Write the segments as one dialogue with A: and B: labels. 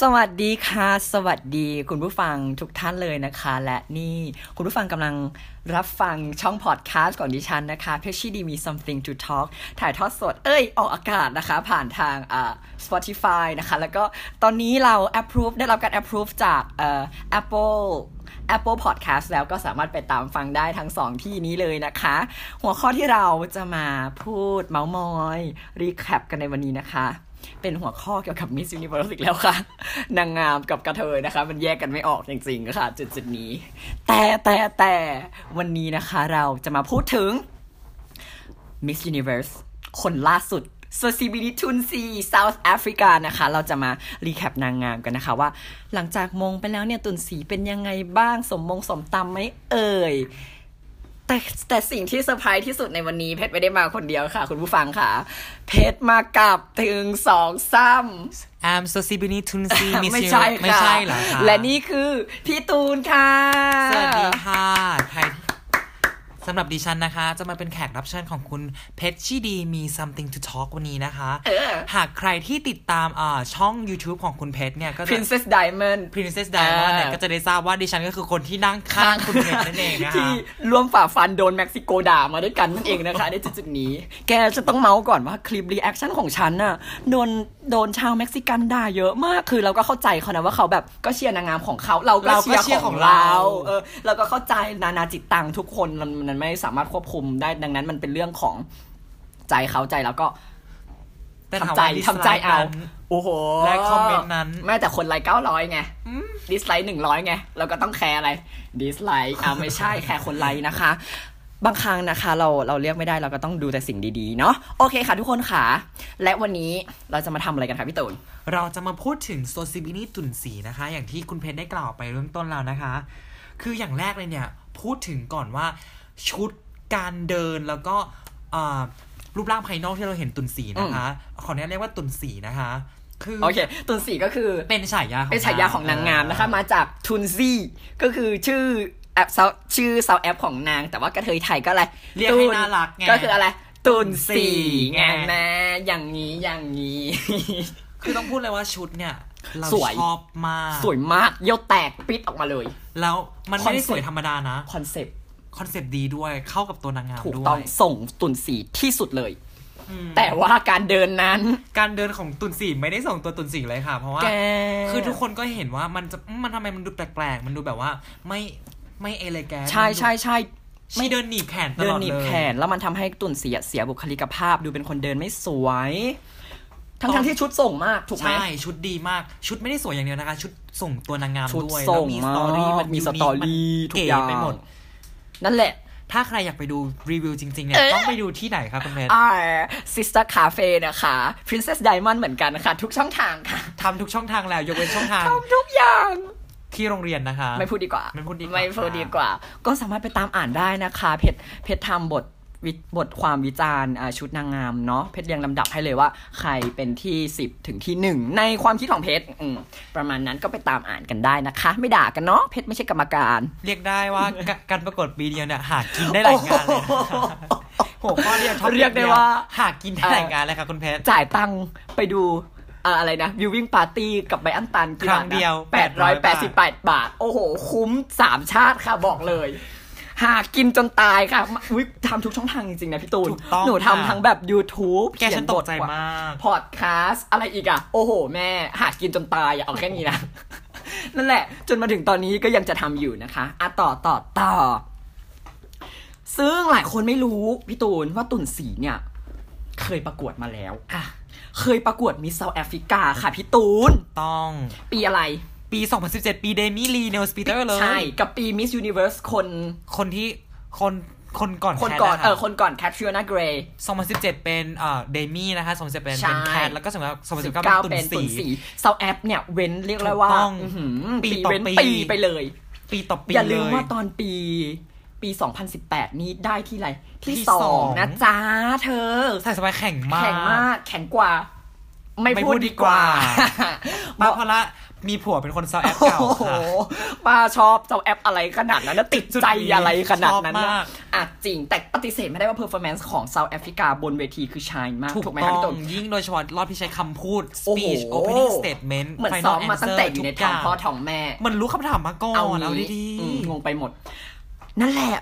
A: สวัสดีค่ะ สวัสดีคุณผู้ฟังทุกท่านเลยนะคะ และนี่คุณผู้ฟังกำลังรับฟังช่องพอดแคสต์ของดิฉันนะคะเพชชี่ดีมี something to talk ถ่ายทอดสด เอ้ย ออกอากาศนะคะ ผ่านทางอ่า Spotify นะคะ แล้วก็ตอนนี้เรา approve ได้รับการ approve จากเอ่อ Apple Apple Podcast แล้วก็สามารถไปตามฟังได้ทั้งสองที่นี้เลยนะคะ หัวข้อที่เราจะมาพูดเมาส์มอยรีแคปกันในวันนี้นะคะ เป็นหัวข้อเกี่ยวกับ Miss Universe อีกแล้วค่ะ นางงามกับกระเทยนะคะ มันแยกกันไม่ออกจริงๆค่ะ จุดๆนี้ แต่แต่แต่วันนี้นะคะเราจะมาพูดถึง Miss Universe คนล่าสุด s o c i b i l i t u n C South Africa นะคะ เราจะมารีแคปนางงามกันนะคะว่า หลังจากมงไปแล้วเนี่ยตุนสีเป็นยังไงบ้างสมมงสมตำไหมเอ่ย แต่แต่สิ่งที่เซอร์ไพรส์ที่สุดในวันนี้เพชรไม่ได้มาคนเดียวค่ะ คุณผู้ฟังค่ะ เพชรมากับถึงสองซ้ำ
B: I'm so s i b i n i t u n s i
A: ไม่ใช่ค่ะ
B: ไม่ใช่เหรอคะ
A: และนี่คือพี่ตูนค่ะ
B: สวัสดีค่ะใครสำหรับดิฉันนะคะ จะมาเป็นแขกรับเชิญของคุณเพชรชีดีมี something to talk วันนี้นะคะ
A: เออ
B: หากใครที่ติดตามอ่าช่อง YouTube ของคุณเพชรเนี่ยก็จะ
A: Princess Diamond
B: Princess Diamond เนี่ยก็จะได้ทราบว่าดิฉันก็คือคนที่นั่งข้างคุณเพชรนั่นเองนะคะ
A: ที่ร่วมฝ่าฟันโดนเม็กซิโกด่ามาด้วยกันนั่นเองนะคะ ในจุดๆนี้ แกจะต้องเมาส์ก่อนว่าคลิปรีแอคชั่นของฉันน่ะโดนโดนชาวเม็กซิกันด่าเยอะมากคือเราก็เข้าใจเขานะว่าเขาแบบก็เชียร์นางงามของเขาเราก็
B: เราก็
A: เชียร์
B: เชียร์
A: ข
B: ข
A: อ
B: อง ง
A: เรา
B: เรา
A: เออเราก็เข้าใจนานาจิตตังทุกคนมันมันไม่สามารถควบคุมได้ดังนั้นมันเป็นเรื่องของใจเขาใจแล้วก็
B: แต่ถาม
A: ทำใจทำ
B: ว่า dislike
A: ใจเอา
B: นั้น
A: โอ้โห
B: และคอมเมนต์นั้น
A: ไม่แต่คนไลค์เก้าร้อยไงดิสไลค์หนึ่งร้อยไง เราก็ต้องแคร์อะไรดิสไลค์อ่าไม่ใช่ แคร์คนไลค์นะคะ บางครั้งนะคะ เราเราเลือกไม่ได้เราก็ต้องดูแต่สิ่งดีๆ เนาะโอเคค่ะทุกคนค่ะ และวันนี้เราจะมาทำอะไรกันคะพี่ตูน
B: เราจะมาพูดถึงโซซิบินีตุนสีนะคะ อย่างที่คุณเพชรได้กล่าวไปเริ่มต้นแล้วนะคะ คืออย่างแรกเลยเนี่ย พูดถึงก่อนว่าชุดการเดินแล้วก็เอ่อรูปร่างภายนอกที่เราเห็นตุนสีนะคะ ขออนุญาตเรียกว่าตุนสีนะคะ คือ
A: โอเคตูนสีก็คือ
B: เป็นฉายาของ
A: เป็นฉายาของนางงามนะคะ
B: เออ
A: มาจากทุนซี่ก็คือชื่อแอป South- ชื่อซาวแอปของนาง แต่ว่ากระเทยไทยก็อะไร
B: เรียกให้
A: ตู
B: น่ารักไง
A: ก็คืออะไรตุนสี่
B: ไง
A: ไงนะอย่างนี้อย่างนี้
B: คือต้องพูดเลยว่าชุดเนี่ย เรา
A: สวย
B: ชอบมาก
A: สวยมากเยี่ยวแตกปิดออกมาเลย
B: แล้วมันไม่
A: ค
B: ได้
A: อนเซ็ปต์
B: สวยธรรมดานะ
A: คอนเซปต์
B: คอนเซปต์ดีด้วยเข้ากับตัวนางงาม
A: ถูก
B: ด้ว
A: ต้อง
B: ย
A: ส่งตุนสีที่สุดเลย แต่ว่าการเดินนั้น
B: การเดินของตุนสีไม่ได้ส่งตัวตุนสีเลยค่ะ เพราะว่า
A: แก
B: คือทุกคนก็เห็นว่ามันจะอืมมันทำไมมันดูแปลกๆ มันดูแบบว่าไม่ไม่เอเลแกน
A: ใช่ใช่ใช่
B: ไม่เดินหนีบแขนต
A: เดิ
B: ล
A: น
B: อด
A: ห
B: เลย
A: นีบแขนแล้วมันทำให้ตุ่นเสียเสียบุคลิกภาพดูเป็นคนเดินไม่สวย ทั้งทั้งๆที่ชุดส่งมากถูกไหม
B: ใช่ชุดดีมาก ชุดไม่ได้สวยอย่างเดียวนะคะ ชุดส่งตัวนางงาม
A: ชุด
B: ด้วย
A: ส่
B: แล้ว
A: ง
B: มี
A: มา
B: สตอรี่
A: ก
B: มัน
A: มี
B: ยูนิค
A: สตอรี่
B: มัน
A: ทุก
B: เก๋
A: อย่าง
B: ไปหมด
A: นั่นแหละ
B: ถ้าใครอยากไปดูรีวิวจริงๆเนี่ย
A: เอ๊ะ
B: ต้องไปดูที่ไหนครับคุณเมธ
A: อ่า Sister Cafe นะคะ Princess Diamond เหมือนกันนะคะ ทุกช่องทางค่ะ
B: ทำทุกช่องทางแล้ว ยกเว้นช่องทาง
A: ทำทุกอย่าง
B: ที่โรงเรียนนะคะ
A: ไม่พูดดีกว่า
B: ไม่พูดดีกว่า
A: ไม่พูดดีกว่า ก็สามารถไปตามอ่านได้นะคะ เพจเพจทำบทวิบทความวิจารณ์อ่าชุดนางงามเนาะเพจเรียงลำดับให้เลยว่า ใครเป็นที่ 10 ถึงที่ 1 ในความคิดของเพจอืมประมาณนั้นก็ไปตามอ่านกันได้นะคะ ไม่ด่ากันเนาะเพจไม่ใช่กรรมการ
B: เรียกได้ว่า กะการประกวดปีเดียวเนี่ยหากินได้หลายงานเลยหัวข้อเดียว topic
A: เรียกได้ว่า
B: หากินได้หลายงานเลยค่ะคุณเพชร
A: จ่ายตังค์ไปดูเอ่ออะไรนะวิววิ่งปาร์ตี้กับไบรอันตัน
B: ครั้งเดียว
A: 888
B: 888
A: บาท โอ้โห คุ้มสามชาติค่ะบอกเลย หากินจนตายค่ะอุ๊ยทำทุกช่องทางจริง ๆ นะพี่ตูน
B: ถูกต้อง
A: หนู
B: ค่ะ
A: ทำทั้งแบบ YouTube
B: แกฉันตกใจมาก
A: พอดแคสต์อะไรอีกอะโอ้โห แม่ หากินจนตายอะเอาแค่นี้ นะ นั่นแหละ จนมาถึงตอนนี้ก็ยังจะทำอยู่นะคะอะต่อต่อต่อ ซึ่งหลายคนไม่รู้ พี่ตูนว่าตุ่นสีเนี่ย เคยประกวดมาแล้ว
B: อ่ะ
A: เคยประกวดมิสเซาแอฟริกาค่ะพี่ตูน
B: ต้อง
A: ปีอะไร
B: ปี 2017 ปีเดมี่ลีเนลสปีเตอร์เลย
A: ใช่ กับปีมิสยูนิเวอร์สคน
B: คนที่คนคนก่อน
A: คนก่อน
B: แท
A: เออ คนก่อนแคทริโอนาเกรย์
B: 2017 เป็นเอ่อเดมี่นะคะ2017เป็น
A: ใช่
B: เป็นแคทแล้วก็2019เป็น
A: เก้า
B: ตุน
A: เป็น
B: สี
A: ตุ่นสีเซาแอฟเนี่ย เว้นเรียกได้ว่า
B: ถูกต้อง
A: อื้อหือ
B: ปี
A: ปี
B: ต่อ
A: เว้น
B: ปี
A: ปีไปเลย
B: ปีต่อปี
A: อย่าลืม
B: เล
A: ว่าตอนปีปี 2018 นี้ได้ที่ไร ที่
B: ที่
A: สอ
B: สอง ง
A: นะจ๊ะเธอ
B: ใส่สบายแข่งมาก
A: แข็งมาก แข็งกว่า ไม่
B: ไม่
A: พูด
B: พูดดี
A: ดีก
B: ก
A: ว่าบ
B: ว่ามา
A: อก
B: พละ มีผัวเป็นคนซาวแอป
A: โอ้
B: เก่า
A: โห
B: ค่ะ
A: ป้าชอบเจ้าแอปอะไรขนาดนั้นนะติดใจอะไรขนาดนั้น
B: ชอบ
A: นะ
B: มาก
A: อ่ะจริง แต่ปฏิเสธไม่ได้ว่าเพอร์ฟอร์แมนซ์ของเซาท์แอฟริกาบนเวทีคือชายมาก
B: ถูก
A: ถูกไหม
B: ต้
A: คะ
B: อ
A: พี่
B: ง
A: ตุ่ม
B: ยิ่งโดยเฉพาะรอบที่ใช้คำพูด
A: โอ้โห
B: speech opening statement
A: เหมือน
B: final
A: ซ้อมมา
B: answer
A: ตั้งแต่อยู่ในท้องพ่อท้องแม่
B: มันรู้คำถามมาก่อน
A: เอา
B: เอา
A: งี้
B: ดี
A: อืมงงไปหมด นั่นแหละ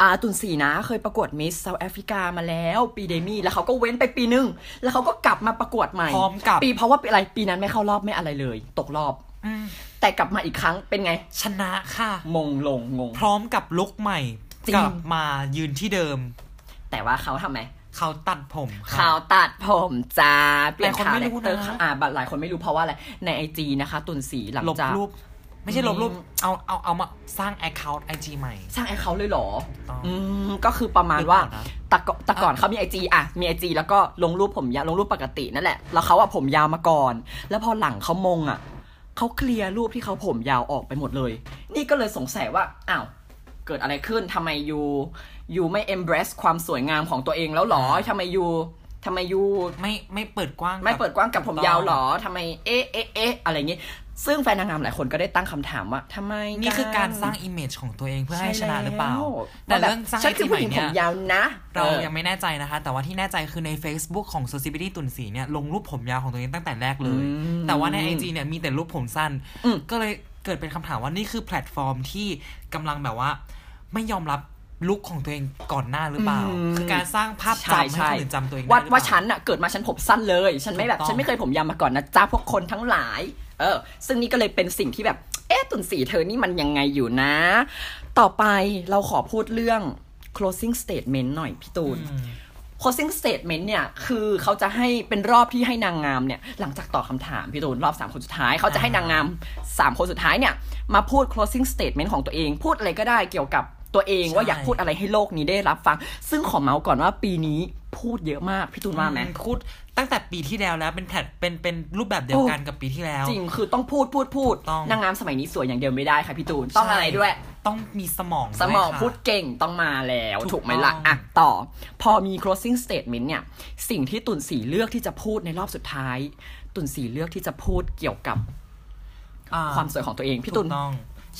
A: อาตุนสีนะ เคยประกวดมิสเซาท์แอฟริกามาแล้วปีเดมี่ แล้วเขาก็เว้นไปปีนึง แล้วเขาก็กลับมาประกวดใหม่
B: ๆพร้อมกับ
A: ปีเพราะว่าปีอะไรปีนั้นไม่เข้ารอบไม่อะไรเลย ตกรอบ
B: อืม
A: แต่กลับมาอีกครั้งเป็นไง
B: ชนะค่ะ
A: มงลงงง
B: พร้อมกับลุกใหม่
A: จริง
B: กลับมายืนที่เดิม
A: แต่ว่าเขาทำไม
B: เขาตัดผมค่ะ
A: เขาตัดผมจ้าเปลี่ยน
B: หลายคน
A: คา
B: ไม่
A: แร
B: รู้
A: ค
B: นะ
A: เตอร์ค่ะอ่าหลายคนไม่รู้เพราะว่าอะไร ในไอจีนะคะ ตุนสีหลัง
B: ลบ
A: จาก
B: รูป ไม่ใช่ลบรูป
A: อืม
B: เอาเอาเอามาสร้าง Account IG ใหม่
A: สร้างไอเขาเลยเหรอ
B: ถูกต้อง
A: อืม ก็คือประมาณว่า
B: หรือเปล่านะ
A: แต่ก่อนแต่ก่อนเขามีไอจีอ่ะ มีไอจีแล้วก็ลงรูปผมยาวลงรูปปกตินั่นแหละ แล้วเขาอ่ะผมยาวมาก่อน แล้วพอหลังเขามงอ่ะ เขาเคลียร์รูปที่เขาผมยาวออกไปหมดเลย นี่ก็เลยสงสัยว่า อ้าว เกิดอะไรขึ้นทำไมยูยูไม่ embrace ความสวยงามของตัวเองแล้วเหรอทำไมยูทำไมยู
B: ไม่ไม่เปิดกว้าง
A: ไม่
B: กับ
A: เปิดกว้างกับผม
B: ถูกต้อง
A: ยาวเหรอ ทำไม เอ๊ะ เอ๊ะ เอ๊ะ อะไรอย่างงี้ ซึ่งแฟนนางงามหลายคนก็ได้ตั้งคำถามว่าทำไม
B: นี่คือการสร้าง image ของตัวเองเพื่อให้ชนะหรือเปล่า แต่
A: แต่
B: เรื่องสร้าง
A: ฉัน
B: IG
A: คือ
B: ให
A: ผู้
B: ม่
A: หญิงผ
B: เนี่
A: ม
B: ย
A: ยาวนะ
B: เรา
A: ออ
B: ยังไม่แน่ใจนะคะ แต่ว่าที่แน่ใจคือใน Facebook ของ Sociability ตุนสีเนี่ย ลงรูปผมยาวของตัวเองตั้งแต่แรกเลย
A: อืม
B: แต่ว่าใน IG เนี่ย มีแต่รูปผมสั้น
A: อืม
B: ก็เลยเกิดเป็นคำถามว่านี่คือแพลตฟอร์มที่กำลังแบบว่า ไม่ยอมรับลุคของตัวเองก่อนหน้าหรือเปล่า คือการสร้างภาพ
A: ใช่
B: จำให้
A: ใช่
B: คนอื่นจำตัวเองได้
A: ว่า
B: หรือเปล่
A: ว่าฉันอะเกิดมาฉันผมสั้นเลย ฉันไม่แบบ
B: ถูกต้อง
A: ฉันไม่เคยผมยาวมาก่อนนะจ้าพวกคนทั้งหลาย เออ ซึ่งนี่ก็เลยเป็นสิ่งที่แบบ เอ๊ะตุนสีเธอนี่มันยังไงอยู่นะ ต่อไปเราขอพูดเรื่อง closing statement หน่อยพี่ตูน
B: อืม
A: closing statement เนี่ย คือเขาจะให้เป็นรอบที่ให้นางงามเนี่ย หลังจากตอบคำถามพี่ตูนรอบ 3 คนสุดท้าย เขาจะให้นางงาม 3 คนสุดท้ายเนี่ย มาพูด closing statement ของตัวเอง พูดอะไรก็ได้เกี่ยวกับตัวเอง
B: ใช่
A: ว่าอยากพูดอะไรให้โลกนี้ได้รับฟัง ซึ่งขอเมาส์ก่อนว่าปีนี้พูดเยอะมาก พี่ตูนว่าไหม
B: อืพูดตั้งแต่ปีที่แล้วแล้วเป็นแพลตเป็นเป็นรูปแบบเดียวกันกับปีที่แล้ว
A: จริงคือต้องพูดพูดพูด
B: ถูกต้อง
A: นางงามสมัยนี้สวยอย่างเดียวไม่ได้ค่ะพี่ตูนต้องอะไรด้วย
B: ต้องมีสมองวย
A: สมอง
B: ค่ะ
A: พูดเก่งต้องมาแล้ว
B: ถู
A: ถู
B: ก
A: กไหมล่ะ
B: ต้อง
A: อ่ะต่อ พอมี closing statement เนี่ย สิ่งที่ตุนสีเลือกที่จะพูดในรอบสุดท้าย ตุนสีเลือกที่จะพูดเกี่ยวกับ
B: อ่
A: ความสวยของตัวเองพี่
B: ถู
A: ตุ
B: ก
A: น
B: ต้อง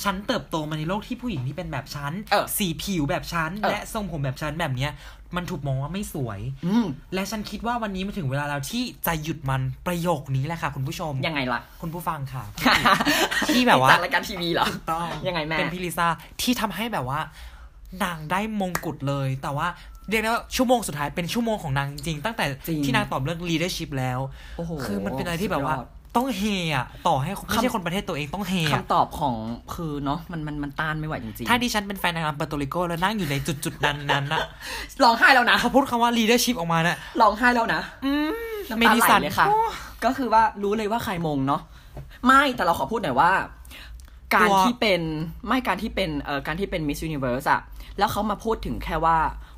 B: ฉันเติบโตมาในโลกที่ผู้หญิงที่เป็นแบบฉัน
A: เออ
B: สีผิวแบบฉัน
A: เออ
B: และทรงผมแบบฉันแบบเนี้ย มันถูกมองว่าไม่สวย
A: อืม
B: และฉันคิดว่าวันนี้มันถึงเวลาแล้วที่จะหยุดมันประโยคนี้แหละค่ะ คุณผู้ชม
A: ยังไงล่ะ
B: คุณผู้ฟัง ค่ะ ที่แบบว่า
A: จัดรายการทีวีเหรอ
B: ต้อง
A: ยังไงแม่
B: เป็นพิลิซ่าที่ทำให้แบบว่า นางได้มงกุฎเลย แต่ว่าเรียกได้ว่าชั่วโมงสุดท้ายเป็นชั่วโมงของนางจริงๆตั้งแต่
A: จริง
B: ที่นางตอบเรื่อง leadership แล้ว
A: โอ้โห
B: คือมันเป็นอะไรที่แบบว่า
A: สุดยอด
B: ต้องเฮอะต่อให้ไม่ใช่คนประเทศตัวเองต้องเฮอะ
A: คำตอบของคือเนาะมันมันมันต้านไม่ไหวจริง
B: ถ้าดิฉันเป็นแฟนนางงามเปาโตริโกแล้วนั่งอยู่ในจุดจุดๆนั้นนั้น นะ
A: ๆร้องไห้แล้วนะ
B: เขาพูดคำว่า leadership ออกมานะ
A: ร้องไห้แล้วนะ น้ำตาไหลเลยค่ะ
B: โอ้
A: ก็คือว่ารู้เลยว่าใครมงเนาะไม่แต่เราขอพูดหน่อยว่า การ
B: ตัว
A: ที่เป็นไม่การที่เป็นเอ่อการที่เป็นมิส s u นิเวิร์สอะแล้วเขามาพูดถึงแค่ว่า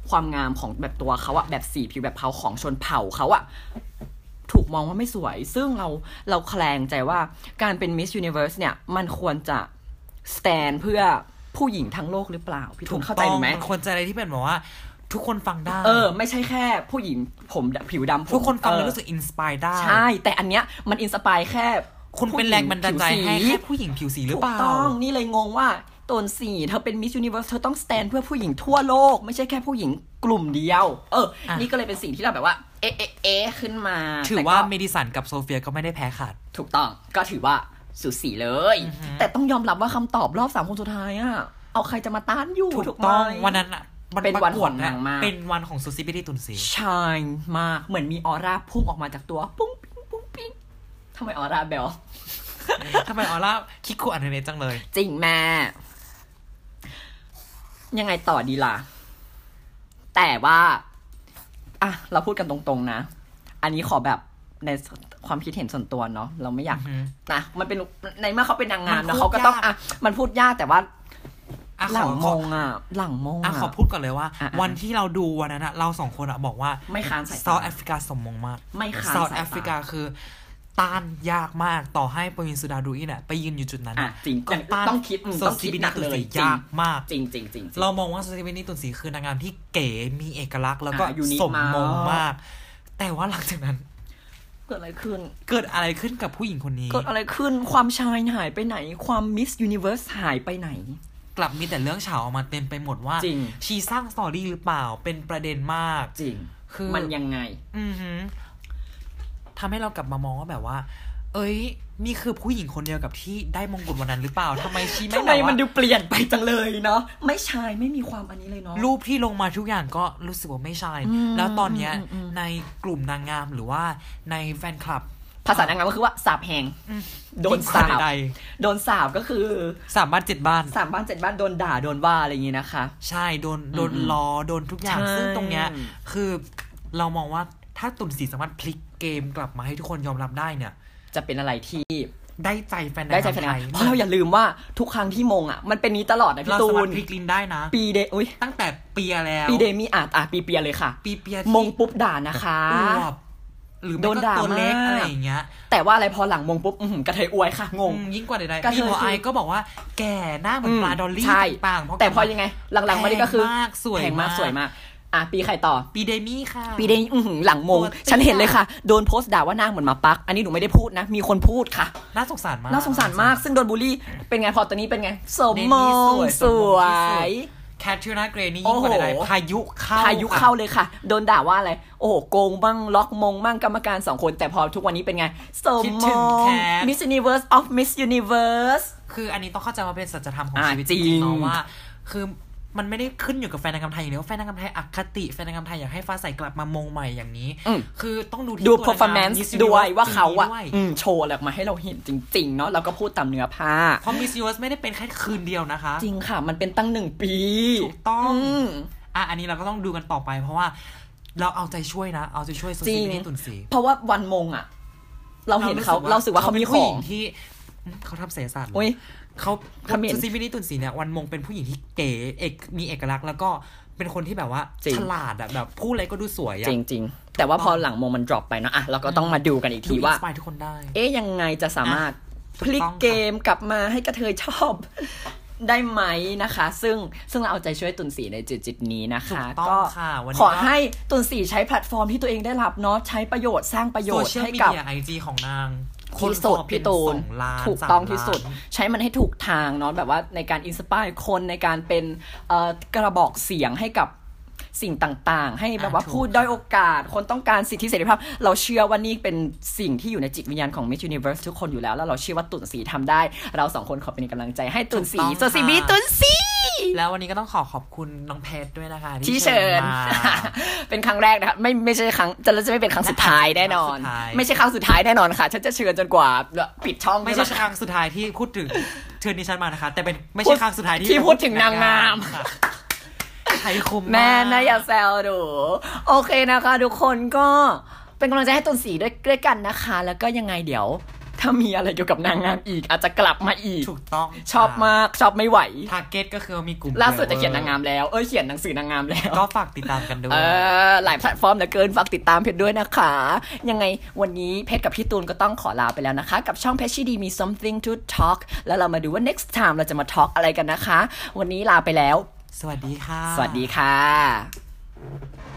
A: ความงามของแบบตัวเขาอะแบบสีผิวแบบเขาของชนเผ่าเขาอะถูกมองว่าไม่สวย ซึ่งเราเราแคลงใจว่าการเป็นมิส s u นิเวิร์สเนี่ย มันควรจะสแตนเพื่อผู้หญิงทั้งโลกหรือเปล่า พี่
B: ถู
A: ทุ
B: ก
A: นเข้าใจหนูไหม
B: ต้องนควรจะอะไรที่เป็นแบบว่า ทุกคนฟังได้
A: เออ ไม่ใช่แค่ผู้หญิงผมผิวดำผม
B: ทุกคนฟัง
A: เอ
B: แล้ว
A: อ
B: รู้สึกอินสปายได้
A: ใช่ แต่อันเนี้ยมันอินสปายแค่
B: คุณเป็นแรงบันดาลใจให้
A: ผู้หญิ
B: แค่
A: งผิวสี
B: ผู้หญิงผิวสีหรือ
A: ถูก
B: เปล่า
A: ต้องนี่เลยงงว่าตนสี่เธอเป็นมิส s u นิเว r ร์สเธอต้องสแตนเพื่อผู้หญิงทั่วโลก ไม่ใช่แค่ผู้หญิงกลุ่มเดียว เออ
B: อ่ะ
A: นี่ก็เลยเป็นสิ่งที่เราแบบว่า เอ๊ะเอ๊ะเอ๊ะขึ้นมา
B: ถือ
A: แต่ก็
B: ว่าเมดิสันกับโซเฟียก็ไม่ได้แพ้ขาด
A: ถูกต้องก็ถือว่าสูสีเลย แต่ต้องยอมรับว่าคำตอบรอบสามคนสุดท้ายอะเอาใครจะมาต้านอยู่
B: ถูก
A: ไหม
B: ต้องวันนั้นอ่ะมั
A: เป็น
B: ระ
A: วัน
B: กวด
A: ของนางมาก
B: เป็นวันของ Sociability ตุนสี
A: ชายมากเหมือนมีออร่าพุ่งออกมาจากตัว ปุ้งปิ้งปุ้งปิ้งทำไมออร่าแบล
B: ทำไมออร่าคิดคู่อันเทอร์เนตจังเลย
A: จริงแม่ ยังไงต่อดีล่ะ แต่ว่า อ่ะ เราพูดกันตรงๆนะ อันนี้ขอแบบในความคิดเห็นส่วนตัวเนาะเราไม่อยาก
B: อือฮึ
A: นะมันเป็นในเมื่อเขาเป็นนางงาม
B: มัน
A: เนาะ
B: พูด
A: เขาก็ต้อง
B: ยาก
A: อ่ะมันพูดยากแต่ว่า
B: อ่ะข
A: หลั
B: อง
A: ม
B: ของ
A: อ่ะ หลังมง
B: อ่ะ
A: อ่ะ
B: ขอพูดก่อนเลยว่า
A: อ่ะอ่ะ
B: วันที่เราดูวันนั้นอะเราสองคนอะบอกว่า
A: ไม่ค้านสาย
B: เซา
A: ตา
B: ท์แอฟริกาสมมงมาก
A: ไม่ค้าน
B: เซาท์
A: สาย
B: แอฟริกา
A: ตา
B: คือต้านยากมากต่อให้ปวินสุดาดูอีเนี่ยไปยืนอยู่จุดนั้น
A: อ่ะจริง
B: ก็ต้าน
A: ต้องคิดอืม
B: โซ
A: ต้องคิ
B: ซิ
A: ด
B: บิ
A: หนั
B: นิ
A: ก
B: ตุน
A: เลย
B: สี
A: จริง
B: ยากมาก
A: จริงจริงจริงจริง
B: เรามองว่าโซซิบินิตุนสีคือนางงามที่เก๋มีเอกลักษณ์แล้วก็
A: อ่ะ unique
B: สมมง
A: มาก
B: มาก แต่ว่าหลังจากนั้น
A: เกิดอะไรขึ้น
B: เกิดอะไรขึ้นกับผู้หญิงคนนี้
A: เกิดอะไรขึ้นความชายหายไปไหน ความมิสยูนิเวิร์สหายไปไหน
B: กลับมีแต่เรื่องเฉาออกมาเต็มไปหมดว่า
A: จริง
B: ชีสร้างสตอรี่หรือเปล่าเป็นประเด็นมาก
A: จริง
B: คือ
A: มันยังไง
B: อือหือทำให้เรากลับมามองว่าแบบว่า เอ้ย นี่คือผู้หญิงคนเดียวกับที่ได้มงกุฎวันนั้นหรือเปล่าทำไมชีไม่
A: ทำ
B: แบ
A: ไม
B: บ
A: มัน
B: ว่า
A: ดูเปลี่ยนไปจังเลยเนาะไม่ชายไม่มีความอันนี้เลยเนาะ
B: รูปที่ลงมาทุกอย่างก็รู้สึกว่าไม่ใช่
A: อืม
B: แล้วตอนเนี้ย
A: อืมอืม
B: ในกลุ่มนางงามหรือว่าในแฟนคลับ
A: ภาษานางงามก็คือว่าสาบแหง
B: อืม
A: โดน
B: สา
A: สาบ
B: ใด
A: โดนสาบก็คือ
B: ๆสามบ้านเจ็ดบ้าน
A: สามบ้านเจ็ดบ้านโดนด่าโดนว่าอะไรอย่างงี้นะคะ
B: ใช่ โดน โดน
A: อืม
B: ล้อ โดนทุกอย่าง
A: ใช่
B: ซึ่งตรงเนี้ย คือเรามองว่าถ้าตุ่นสีสามารถพลิกเกมกลับมาให้ทุกคนยอมรับได้เนี่ย
A: จะเป็นอะไรที่
B: ได้ใจแฟนนาง
A: ได้ใจ
B: งาม
A: แฟน
B: ไท
A: งาน
B: ย
A: เพราะเราอย่าลืมว่าทุกครั้งที่มงอ่ะมันเป็นนี้ตลอดนะพี่
B: เรา
A: ตู
B: สามาร
A: น
B: ถพลิกลิ้นได้นะ
A: ปีเดอุ้ย
B: ตั้งแต่เปียแล้ว
A: ปีเดมีอาจอ่ะปีเปียเลยค่ะ
B: ปีเปีย
A: มงปุ๊บด่านะคะ
B: อ้วบหรือไม่
A: โดน
B: ก็
A: ด่า
B: ตัวเล็ก
A: มาก
B: อะไรอย่างเงี้ย
A: แต่ว่าอะไรพอหลังมงปุ๊บอื้อหือกระเทยอวยค่ะงง
B: อืมยิ่งกว่าใด
A: กระ
B: ๆ
A: เทย
B: พี่พอ
A: คือ
B: ไอก็บอกว่าแก่หน้าเหมือน
A: อืม
B: ปลาดอลลี่
A: ใช่
B: ต่างๆเพราะ
A: แต่พอยังไง หลังๆมานี่ก็คือ
B: แพงมากสวย
A: แพงมากสวยมากอ่ะปีใครต่อ
B: ปีเดมี่ค่ะ
A: ปีเดย์อื้อหือหลังมง
B: ตัวเตี้ย
A: ฉันเห็นเลยค่ะ โดนโพสต์ด่าว่าหน้าเหมือนหมาปัก อันนี้หนูไม่ได้พูดนะ มีคนพูดค่ะ
B: น่าสงสารมาก
A: น่าสงสารมาก ซึ่งโดนบูลลี่ เป็นไงพอตอนนี้เป็นไง สม
B: เด
A: ม
B: มี่ส
A: ง
B: ว
A: ส
B: ยสมมงที่สุด
A: วย
B: แคทรินาเกรนี่ยิ่งกว่า
A: โอ้โห
B: ใดๆพายุเข้า
A: พายุเข้าเลยค่ะ โดนด่าว่าอะไร โอ้โหโกงบ้างล็อกมงบ้างกรรมการสองคน แต่พอทุกวันนี้เป็นไง สม
B: คิด
A: ม
B: ถึงแค
A: ง
B: ท
A: Miss Universe of Miss Universe
B: คืออันนี้ต้องเข้าใจว่าเป็นสัจธรรมของ
A: อ่า
B: ชีวิต
A: จ
B: จ
A: ริง
B: ริงๆเนาะว่า คือมันไม่ได้ขึ้นอยู่กับแฟนนางงามไทยอย่างเดียวแฟนนางงามไทยอคติแฟนนางงามไทยอยากให้ฟ้าใสกลับมามงใหม่อย่างนี้
A: อืม
B: คือต้องดูที่
A: ดู
B: ตัวนางงาม
A: performance
B: Miss
A: ด้วย
B: Universe
A: ว่าเขาอะ
B: ปีนี้ด้วย
A: อืมโชว์อะไรออกมาให้เราเห็นจริงๆเนาะเราก็พูดตามเนื้อผ้า
B: เพราะมิสยูสไม่ได้เป็นแค่คืนเดียวนะคะ
A: จริงค่ะ มันเป็นตั้งหนึ่งปี
B: ถูกต้อง
A: อืม
B: อ่ะ อันนี้เราก็ต้องดูกันต่อไป เพราะว่าเราเอาใจช่วยนะ เอาใจช่วยโซ
A: จริ
B: ซิ
A: ง
B: มิตุนสี
A: เพราะว่าวันมงอ่ะ เราเห็นเขาเราสึกว่าเขามี
B: ป็
A: ข
B: นผู้
A: อ
B: ห
A: ง
B: ญิงที่อืมเขาทำเสียศาสตร์เหร
A: อุ้ย
B: เขา
A: เขมร
B: โซซิมิตุนสีเนี่ยวันมงเป็นผู้หญิงที่เก๋เอกมีเอกลักษณ์แล้วก็เป็นคนที่แบบว่า
A: จริง
B: ฉลาดอะแบบพูดอะไรก็ดูสวยอะ
A: จริงจริงๆ แต่ว่าพอหลังมงมัน drop ไปเนาะอ่ะเราก็ต้องมาดูกันอีก
B: ดู
A: ที
B: อิน
A: ว่า
B: สไปายทุกคนได้
A: เอ๊ยยังไงจะสามารถพ
B: ถูกต้อง
A: ลิกเกมกลับมาให้กระเทยชอบ ได้ไหมนะคะ ซึ่งซึ่งเราเอาใจช่วยตุนสีในจุดจุดๆนี้นะ
B: ถู
A: คะ
B: กต้อง
A: ก็
B: ค่ะ วัน
A: ข
B: นี้
A: อให้ตุนสีใช้แพลตฟอร์มที่ตัวเองได้รับเนาะใช้ประโยชน์สร้างประโย
B: โซ
A: ชน์
B: เชียล
A: ให้
B: มี
A: กับ
B: เดียไอจีของนาง
A: ที่
B: น
A: สุด
B: ขอ
A: พี่ตู
B: เป็น สองล้าน
A: ถูกต้อง
B: สาม
A: ที่สุด
B: ล้าน
A: ใช้มันให้ถูกทางเนาะแบบว่าในการอินสปายคนในการเป็นเอ่อกระบอกเสียงให้กับสิ่งต่างๆ ให้แบบว่า
B: อ่าถูก
A: พูดด้อยโอกาส คนต้องการสิทธิเสรีภาพ เราเชื่อว่านี่เป็นสิ่งที่อยู่ในจิตวิญญาณของ Miss Universe ทุกคนอยู่แล้ว แล้วเราเชื่อว่าตุ่นสีทำได้ เราสองคนขอเป็นกำลังใจให้ตุ่นสีโซซีบีตุ่นสี
B: แล้ววันนี้ก็ต้องขอขอบคุณน้องเพชรด้วยนะคะ
A: ที่เชิญ
B: มา
A: เป็นครั้งแรกนะคะไม่ไม่ใช่ครั้งจะจะไม่เป็นครั้งสุดท้ายแน่นอน
B: ครั้งสุดท้าย
A: ไม่ใช่ครั้งสุดท้ายแน่นอนค่ะ ฉันจะเชิญจนกว่าปิดช่อง
B: ไม่
A: ด้
B: ใช่
A: วยนะ
B: ครั้งสุดท้ายที่พูดถึงเชิญดิฉันมานะคะ แต่เป็นไม่ใช่ครั้งสุดท้ายที่
A: ที่พูดถึงนางงาม
B: ค่ะใครคุม
A: แม่นะอย่าก แซวดู โอเคนะคะทุกคนก็เป็นกำลังใจให้ตุนสีด้วยด้วยกันนะคะ แล้วก็ยังไงเดี๋ยว ถ้ามีอะไรเกี่ยวกับนางงามอีก อาจจะกลับมาอีก
B: ถูกต้อง
A: ชอบมากชอบไม่ไหว
B: ทาร์เก็ตก็คือมีกลุ่ม
A: ล่าสุดจะเขียนนางงามแล้ว เอ้ยเขียนหนังสือนางงามแล้ว
B: ก็ฝากติดตามกันด้วย
A: เออหลายแพลตฟอร์มเหลือเกินฝากติดตามเพจด้วยนะคะ ยังไงวันนี้เพจกับพี่ตูนก็ต้องขอลาไปแล้วนะคะ กับช่องเพจชีดีมี something to talk แล้วเรามาดูว่า next time เราจะมา talk อะไรกันนะคะ วันนี้ลาไปแล้ว
B: สวัสดีค่ะ
A: สวัสดีค่ะ